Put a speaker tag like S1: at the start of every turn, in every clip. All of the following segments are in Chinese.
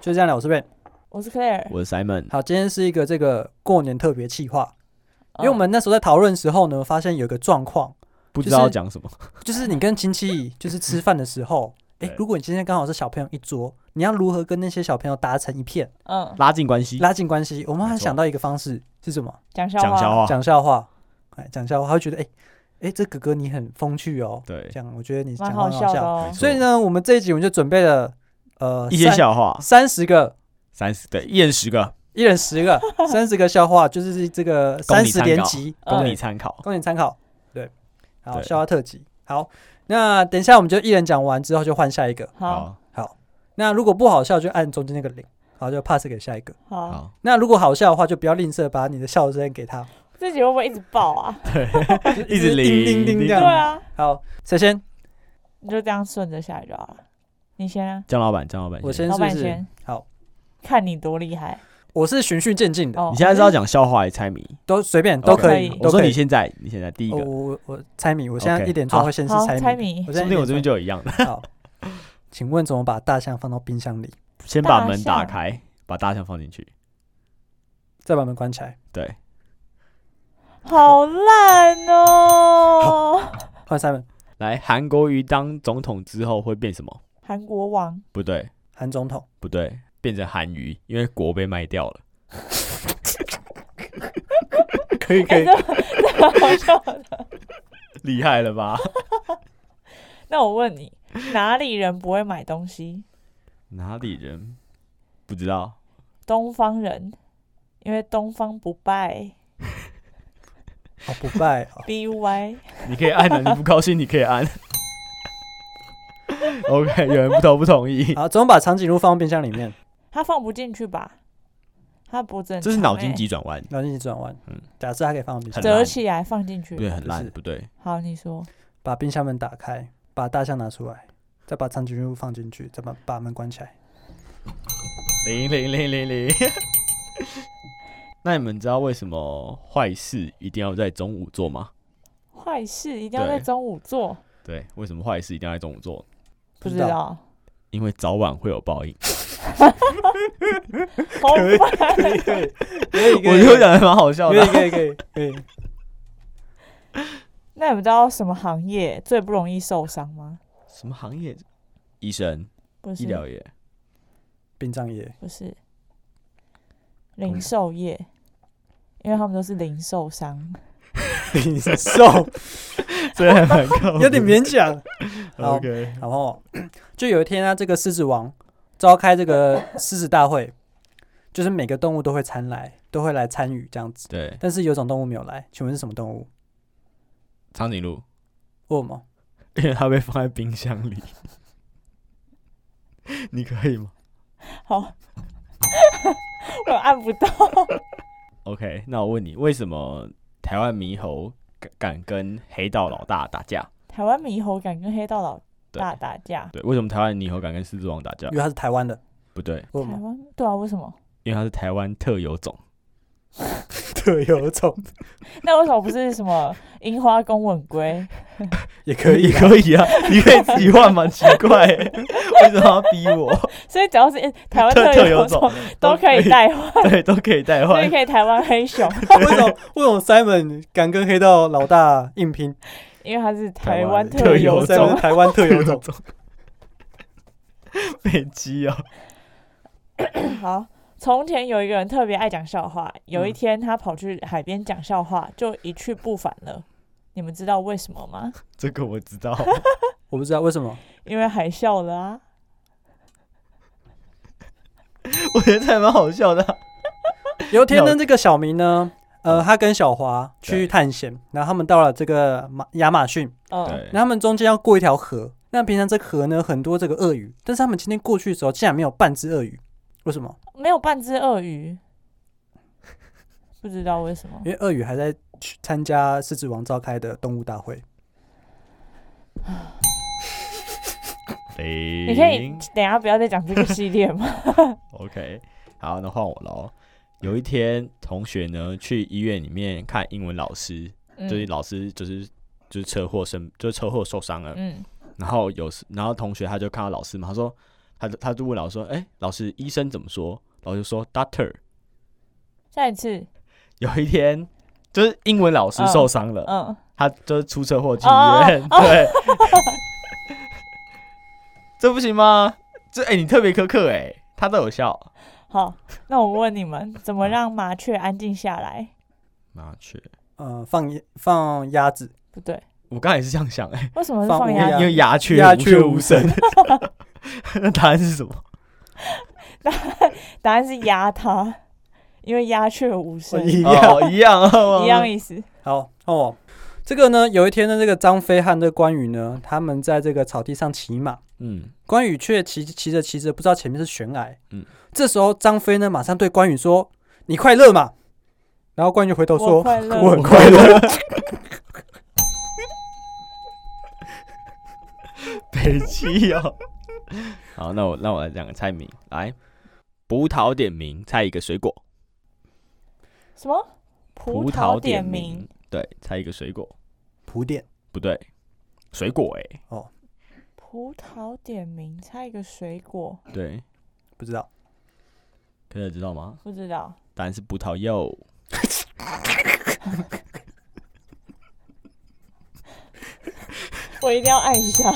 S1: 就这样了，我是 Ben。
S2: 我是 Claire，
S3: 我是 Simon，
S1: 好，今天是一个这个过年特别企划，因为
S2: 哦
S1: 我们那时候在讨论的时候呢，发现有一个状况，
S3: 不知
S1: 就是
S3: 道要讲什么，
S1: 就是你跟亲戚就是吃饭的时候，诶、
S3: 对
S1: 如果你今天刚好是小朋友一桌，你要如何跟那些小朋友打成一片，
S2: 嗯，
S3: 拉近关系，
S1: 拉近关系？我们还
S3: 没错
S1: 想到一个方式是什么？
S2: 讲笑
S3: 讲笑
S2: 话，
S3: 话，
S1: 讲笑话，哎，讲笑话，他会觉得诶诶，这哥哥你很风趣哦，
S3: 对
S1: 这，样我觉得你
S2: 蛮
S1: 讲话
S2: 好
S1: 很
S2: 笑的
S1: 笑。
S2: 哦
S3: 没。错
S1: 所以呢，我们这一集我们就准备了呃
S3: 一些笑话，
S1: 三十个。
S3: 三十对，一人十个，
S1: 一人十个，三十个笑话就是这个
S3: 供
S1: 三
S3: 你
S1: 十
S3: 参
S1: 连
S3: 考
S1: 集，
S2: 嗯
S3: 供
S1: 对
S3: 你参考。
S1: 供你参考。对，好，
S3: 对
S1: 笑话特辑。好，那等一下我们就一人讲完之后就换下一个。
S2: 好，
S1: 好，那如果不好笑就按中间那个零，好就 pass 给下一个。
S3: 好，
S2: 好，
S3: 好，
S1: 那如果好笑的话，就不要吝啬把你的笑声给他，
S2: 这集会不会一直爆啊？
S1: 就
S3: 一直
S1: 叮叮
S3: 铃
S1: 叮
S3: 叮
S1: 这样。
S2: 对啊，
S1: 好，谁先？
S2: 你就这样顺着下来就好了。你先啊，
S3: 江老板，江老板，
S1: 我先
S2: 老
S1: 是不
S2: 板
S1: 是
S2: 先？，
S1: 好，
S2: 看你多厉害
S1: 我是循序渐进的，
S2: 哦。
S3: 你现在是要讲笑话还是猜谜？
S1: 都随便都可以
S2: 可以。
S1: 都
S3: 我说
S1: 可以
S3: 你现在，你现在第一个
S1: 哦，我我我猜谜，我现在
S3: OK，
S1: 一点状
S3: 好
S1: 会先是
S2: 好
S1: 猜谜的。
S2: 猜谜
S1: 我现
S3: 说不
S1: 在
S3: 定
S1: 一
S3: 我这
S1: 点
S3: 边就有一样的，
S1: 状好，请问怎么把大象放到冰箱里？
S3: 先把
S2: 大
S3: 门打
S2: 象
S3: 开，把大象放进去，
S1: 再把门关起来。
S3: 对，
S2: 好烂哦！
S1: 换 Simon，
S3: 来，韩国瑜当总统之后会变什么？
S2: 韩国王
S3: 不对，
S1: 韩总统，
S3: 不对，变成韩瑜，因为国被卖掉了。可以可以，
S2: 好笑的。
S3: 厉害了吧？
S2: 那我问你，哪里人不会买东西？
S3: 哪里人？不知道。
S2: 东方人，因为东方不败。
S1: 哦不败哦，
S2: B U Y，
S3: 你可以按啊的，你不高兴你可以 按。OK，有人不同不同意，
S1: 好，总把长颈鹿放到冰箱里面，
S2: 他放不进去吧？他脖子很
S3: 这是
S2: 长
S3: 脑
S2: 欸
S3: 筋急转弯，
S1: 然后一起转弯
S3: 嗯。
S1: 假设它可以放到冰箱
S3: 很，烂
S2: 折起来放进
S3: 不
S2: 去。
S3: 对，很欸
S1: 不
S3: 烂，
S1: 是
S3: 不对，
S2: 好，你说
S1: 把冰箱门打开，把大象拿出来，再把长颈鹿放进去，再把把门关起 来。
S3: 零零零零零。 那你们知道为什么坏事一定要在中午做吗？
S2: 坏事一定要
S3: 对
S2: 在中午做，
S3: 对，为什么坏事一定要在中午做？
S2: 不
S1: 知
S2: 知
S1: 道
S2: 道。
S3: 因为早晚会有报 应。
S2: 好烦，
S1: 我
S3: 我觉得讲的蛮好笑
S1: 可
S3: 的
S1: 以，可以可以可以，
S2: 那你们知道什么行业最不容易受伤吗？
S3: 什么行业？医生、
S2: 不
S3: 医疗
S2: 是，
S3: 业、
S1: 殡葬业
S2: 不是，零售业，因为他们都是零售商。
S1: 零售
S3: 这还蛮高，
S1: 有点勉强。好
S3: OK，
S1: 然后就有一天啊，这个狮子王召开这个狮子大会，就是每个动物都会参来，都会来参与这样子。
S3: 对，
S1: 但是有种动物没有来，请问是什么动物？
S3: 长颈鹿，
S1: 为什么？
S3: 因为它被放在冰箱里。 你可以吗？
S2: 好， 我按不到。
S3: OK，那我问你，为什么台湾猕猴敢敢跟黑道老大打架？
S2: 台湾猕猴敢跟黑道老
S3: 对
S2: 大打架？
S3: 对，为什么台湾猕猴敢跟狮子王打架
S1: 因？为它是台湾的，
S3: 不对，
S1: 为什
S2: 台
S1: 么？
S2: 湾对啊，为什么？
S3: 因为它是台湾特有种。
S1: 特有种
S2: 那为什么不是什么樱花公吻龟？
S1: 也可以
S3: 你
S1: 啦，
S3: 可以啊， 你可以自己换吗？奇怪、 为什么要逼我？
S2: 所以只要是台湾
S3: 特特
S2: 有
S3: 有
S2: 种
S3: 种
S2: 都可以带换，
S3: 对，都可以代
S2: 所
S3: 换
S2: 以。可以台湾黑熊，
S1: 为什么为什么 Simon 敢跟黑道老大硬拼？
S2: 因为它是台湾
S3: 台湾特有
S2: 有
S3: 种
S1: Simon
S2: 种。
S1: 台湾特 有种。
S3: 北极哦，
S2: 好，从前有一个人特别爱讲笑话，有一
S1: 嗯
S2: 天他跑去海边讲笑话，就一去不返了。你们知道为什么吗？
S3: 这个我知道。
S1: 我不知道为什么，
S2: 因为海啸了啊！
S3: 我觉得这还蛮好笑的啊、
S2: 哦
S1: 有一天呢，这个小明呢，呃，他跟小华去探险，然后他们到了这个马亚马逊，
S2: 嗯，
S3: 对
S1: 然，后他们中间要过一条河。那平常这河呢很多这个鳄鱼，但是他们今天过去的时候竟然没有半只鳄鱼，为什么？
S2: 没有半只鳄鱼，不知道为什么。
S1: 因为鳄鱼还在去参加狮子王召开的动物大会。
S2: 你
S3: 你
S2: 可以等一下不要再讲这个系列吗？
S3: OK，好，那换我喽。有一天，同学呢去医院里面看英文老师，
S2: 嗯
S3: 就是老师就是就是车祸生，就是车祸受伤了。
S2: 嗯，
S3: 然后有时，然后同学他就看到老师嘛，他说他就他就问老师说：“哎、老师，医生怎么说？”老师就说：“Doctor。
S2: 下一次，”
S3: 有一天，就是英文老师
S2: 嗯
S3: 受伤了，
S2: 嗯，
S3: 他就是出车祸进
S2: 哦
S3: 医院。 对，这不行吗？这哎、你特别苛刻哎、他都有笑。
S2: 好，那我问你们，怎么让麻雀安静下来？
S3: 麻雀，
S1: 呃，放一放鸭子，
S2: 不对，
S3: 我刚才也是这样想哎、
S2: 为什么是
S1: 放
S2: 放
S1: 乌鸦
S2: 鸭
S3: 因
S2: 子？
S3: 为鸦雀
S1: 鸦雀
S3: 雀
S1: 无
S3: 声。那 答案是什么？
S2: 答案是压它，因为鸦雀无声，
S1: 一样。
S3: 哦，一样，
S2: 一样意思。
S1: 好，哦，这个呢，有一天呢，这个张飞和这个关羽呢，他们在这个草地上骑马，
S3: 嗯，
S1: 关羽却骑骑着骑着，不知道前面是悬崖。
S3: 嗯，
S1: 这时候张飞呢，马上对关羽说：“你快乐嘛。”然后关羽就回头
S2: 我
S1: 说
S2: 快：“乐，
S1: 我很快 乐。
S3: 北 极哦。好，那我那我来讲个菜名，来，葡萄点名，猜一个水果。
S2: 什么？葡萄点名，，
S3: 对，猜一个水果，”
S1: 铺垫
S3: 不对，水果哎、
S2: 葡萄点名，猜一个水果，
S3: 对，
S1: 不知道，
S3: 可乐知道吗？
S2: 不知道。
S3: 答案是葡萄柚。
S2: 我一定要按一下。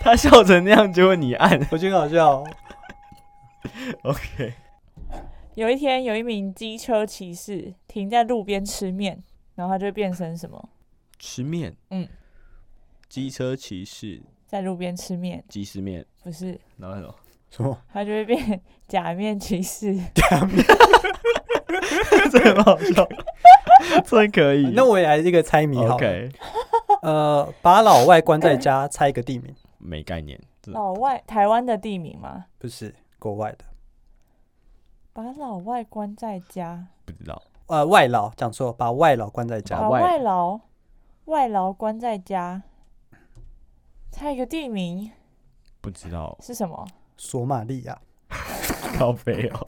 S3: 他笑成那样，结果你按。
S1: 我觉得很好笑哦、
S3: OK，
S2: 有一天，有一名机车骑士停在路边吃面，然后他就变成什么？
S3: 吃面，
S2: 嗯，
S3: 机车骑士，
S2: 在路边吃面，
S3: 鸡丝面，
S2: 不是，
S3: 然后还有什么
S1: 什么？
S2: 他就会变 假面骑士。
S3: 这很好笑，这可以。
S1: 那我也来一个猜谜好了
S3: OK，
S1: 呃，把老外关在家，猜一个地名，
S3: 没概念，这
S2: 老外，台湾的地名嘛，
S1: 不是国外的，
S2: 把老外关在家，
S3: 不知道。
S1: 呃，外劳讲错，把外劳关在家
S3: 把
S2: 把，
S3: 外
S2: 哦外劳外劳关在家。猜一个地名
S3: 不知道
S2: 是什么？
S1: 索马利亚。
S3: 靠背哦，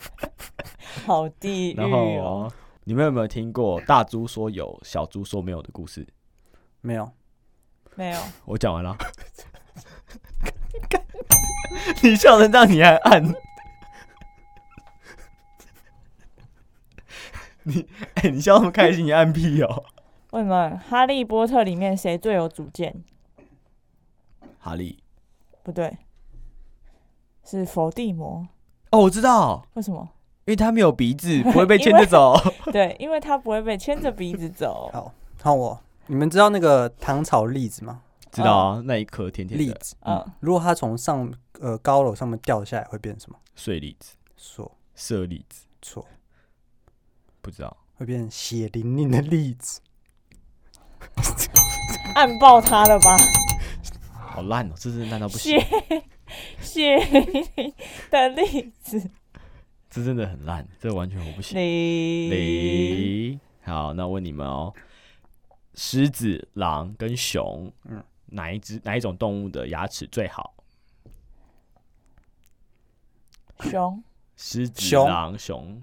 S2: 好地
S3: 然
S2: 狱哦！
S3: 后你们有没有听过大猪说有，小猪说没有的故事？
S1: 没有，
S2: 没有，
S3: 我讲完了。你笑成这样，你还按？你哎、你笑那么开心，你按屁哦！
S2: 为什么《哈利波特》里面谁最有主见？
S3: 哈利
S2: 不对，是伏地魔。
S3: 哦，我知道，
S2: 为什么？
S3: 因为他没有鼻子，不会被牵着走。
S2: 对，因为他不会被牵着鼻子走。
S1: 好，看我，你们知道那个糖炒栗子吗？
S3: 知道啊，那一颗甜甜
S1: 栗
S3: 的
S1: 子，
S2: 嗯，
S1: 如果它从上呃高楼上面掉下来，会变成什么？
S3: 碎栗子、
S1: 错
S3: 色栗子，
S1: 错，
S3: 不知道。
S1: 会变成血淋淋的栗子。
S2: 按爆他了吧？
S3: 好烂哦，这是烂到不行
S2: 血，血的例子
S3: 这真的很烂，这完全我不 行。
S2: 里，
S3: 雷。好，那问你们哦，狮子、狼跟熊，
S1: 嗯
S3: 哪一只哪一种动物的牙齿最好？
S2: 熊
S3: 狮子、
S1: 熊
S3: 狼、熊，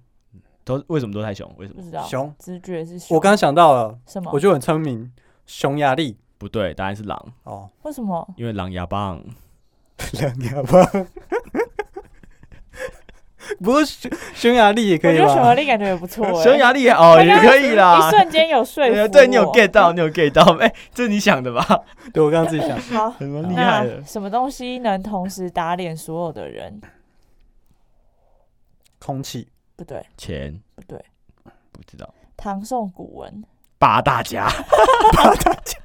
S3: 都为什么都太熊？为什
S2: 不
S3: 么？
S2: 知道，
S1: 熊
S2: 直觉是 熊。
S1: 我刚想到了，
S2: 什么
S1: 我？就很聪明，匈牙利
S3: 不对，答案是狼，
S1: 哦，
S2: 为什么？
S3: 因为狼牙棒。
S1: 两牙棒。 不过匈匈牙利也
S2: 我
S1: 可以
S2: 觉得熊
S1: 吧
S2: 和？力感觉也不 错哎、
S3: 匈牙利哦，
S2: 我
S3: 也
S2: 刚
S3: 可以啦
S2: 一。瞬间有说服
S3: 对哦
S2: 我。
S3: 对，你有 get 到，你有 get 到， 哎，这是你想的吧？啊
S1: 对我刚刚自己想，
S2: 好，
S3: 很厉
S2: 那
S3: 害的，
S2: 什么东西能同时打脸所有的人？
S1: 空气
S2: 不对，
S3: 钱
S2: 不对，
S3: 不知道，
S2: 唐宋古文。
S3: 八大家， 八大家，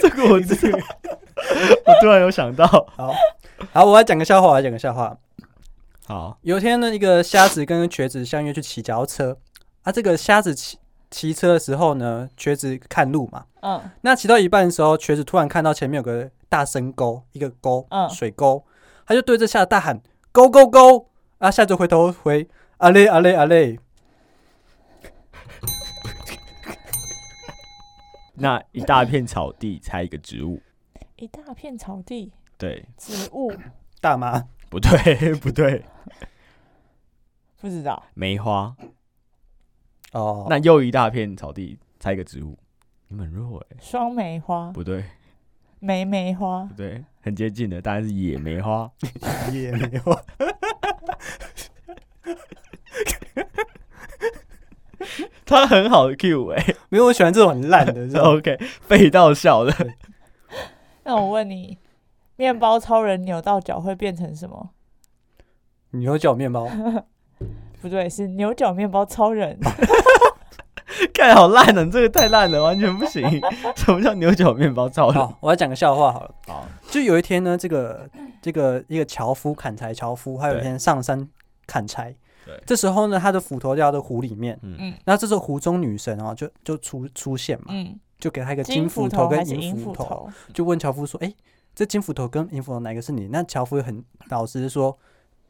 S3: 这个我知道，我突然有想到，
S1: 好。好，我来讲个笑话，我来讲个笑话。
S3: 好，
S1: 有一天呢，一个瞎子跟瘸子相约去骑脚踏车，啊，这个瞎子骑骑车的时候呢，瘸子看路嘛，
S2: 嗯
S1: 那骑到一半的时候，瘸子突然看到前面有个大深沟，一个沟，
S2: 嗯
S1: 水沟，他就对着下子大喊“沟沟沟”，啊，下子回头回“阿嘞阿嘞阿嘞
S3: 那一大片草地猜一个植物，
S2: 一大片草地，
S3: 对，
S2: 植物，”，
S1: 大妈
S3: 不对， 不对，
S2: 不知道
S3: 梅花。
S1: 哦，
S3: 那又一大片草地猜一个植物，你们很弱哎、
S2: 双梅花，
S3: 不对，
S2: 梅梅花
S3: 不，对，很接近的，当然是野梅花。
S1: 也没有。
S3: 它很好 Q 哎、
S1: 没有，我喜欢这种很烂的，知 道吗
S3: OK，背到笑了。
S2: 那我问你，面包超人扭到脚会变成什么？
S1: 牛角面 包，
S2: 不对，是牛角面包超人。
S3: 看好烂哦了，你这个太烂了，完全不 行。什么叫牛角面包超人？
S1: 好，我要讲个笑话好了。
S3: 好，
S1: 就有一天呢，这个这个一个樵夫砍柴，樵夫他有一
S3: 对
S1: 天上山砍柴
S3: 对，
S1: 这时候呢，他的斧头掉到湖里面，
S3: 嗯
S2: 嗯
S1: 那这时候湖中女神哦，就就出出现嘛，
S2: 嗯，
S1: 就给他一个
S2: 金
S1: 斧
S2: 斧
S1: 头
S2: 头
S1: 跟
S2: 还是银
S1: 斧
S2: 斧头？
S1: 就问樵夫说：“哎、这金斧头跟银斧头哪个是你？”那樵夫也很老实地说，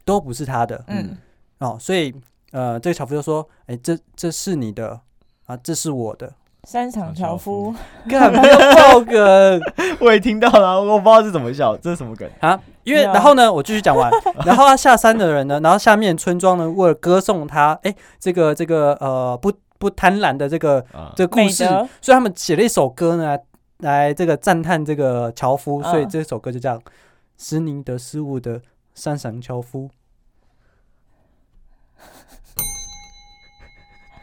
S1: 都不是他的
S2: 嗯，
S1: 哦，所以呃，这个樵夫就说：“哎、这这是你的啊，这是我 的。
S2: 山场樵夫，
S1: 干嘛要爆梗
S3: 我也听到了，我不知道是怎么笑，这是什么梗？
S1: 啊？因为
S2: 对啊
S1: 然后呢，我继续讲 完。然后他下山的人呢，然后下面村庄呢，为了歌颂他，哎、这个这个呃，不不贪婪的这个
S3: 啊，
S1: 这个故事
S2: 美德，
S1: 所以他们写了一首歌呢，来这个赞叹这个樵夫，所以
S2: 嗯
S1: 这首歌就这样：斯宁德斯伍的山上樵夫。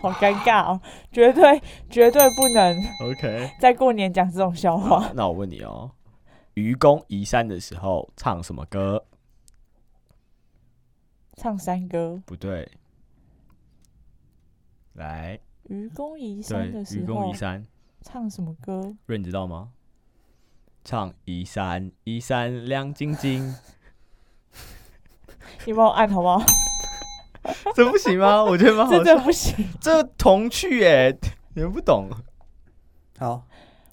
S2: 好尴尬哦，绝对绝对不能
S3: OK，
S2: 在过年讲这种笑话。
S3: 那我问你哦，愚公移山的时候唱什么歌？
S2: 唱山歌，
S3: 不对，来，
S2: 愚公移山
S3: 对
S2: 的，时
S3: 愚公
S2: 候
S3: 移山，
S2: 唱什么歌？
S3: 润你知道吗？唱移山，移山亮晶晶，
S2: 你帮我按好不好？
S3: 这不行吗？我觉得蛮
S2: 这
S3: 好笑
S2: 真，不行。
S3: 这童趣哎，你们不懂。
S1: 好，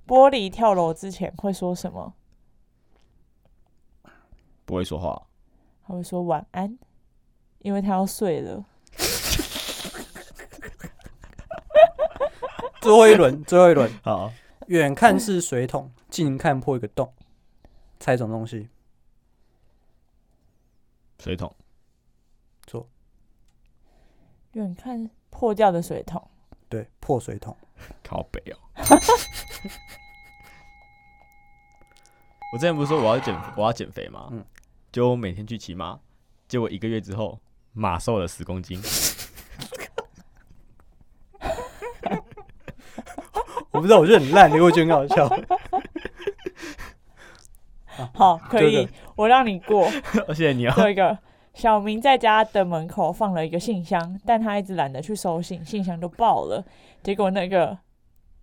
S2: 玻璃跳楼之前会说什么？
S3: 不会说话，
S2: 他会说晚安，因为他要睡了。
S1: 最后一 轮，最后一轮，
S3: 好，
S1: 远看是水桶，近看破一个洞，猜一种东西。
S3: 水桶。
S2: 远看破掉的水桶，
S1: 对，破水桶。
S3: 靠北哦。 我之前不是说我要减我要减肥吗？
S1: 嗯
S3: 就我每天去骑马，结果一个月之后，马瘦了十 公斤。
S1: 我不知道，我觉得很烂，你会觉得很好 笑。
S2: 好，可
S1: 对
S2: 以
S1: 对，
S2: 我让你过。
S3: 而且你要
S2: 这个小明在家的门口放了一个信箱，但他一直懒得去收信，信箱就爆了。结果那个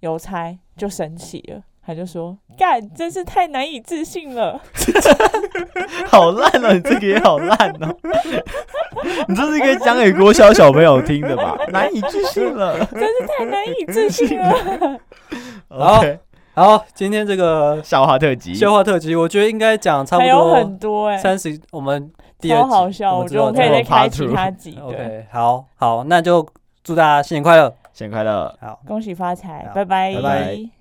S2: 邮差就生气了，他就说：“干，真是太难以置信了。
S3: 好烂哦、你这个也好烂哦、 你这是应该讲给国小小朋友听的 吧？难以置信了。
S2: 太难以置信了。
S1: 好
S3: OK，
S1: 好，今天这个
S3: 笑话特辑，
S1: 笑话特辑，我觉得应该讲”差不
S2: 还有很
S1: 多
S2: 多哎、
S1: 三十，我们第二
S2: 超
S1: 集
S2: 好笑，我
S1: 知
S2: 觉得
S1: 道
S2: 我们可以
S1: 之后
S2: 再开
S3: part
S2: 其
S3: two
S2: 他集。对，
S1: OK，好好，那就祝大家新年快乐。
S3: 新年快乐。
S1: 好。
S2: 恭喜发财
S1: 好，
S2: 拜
S3: 拜拜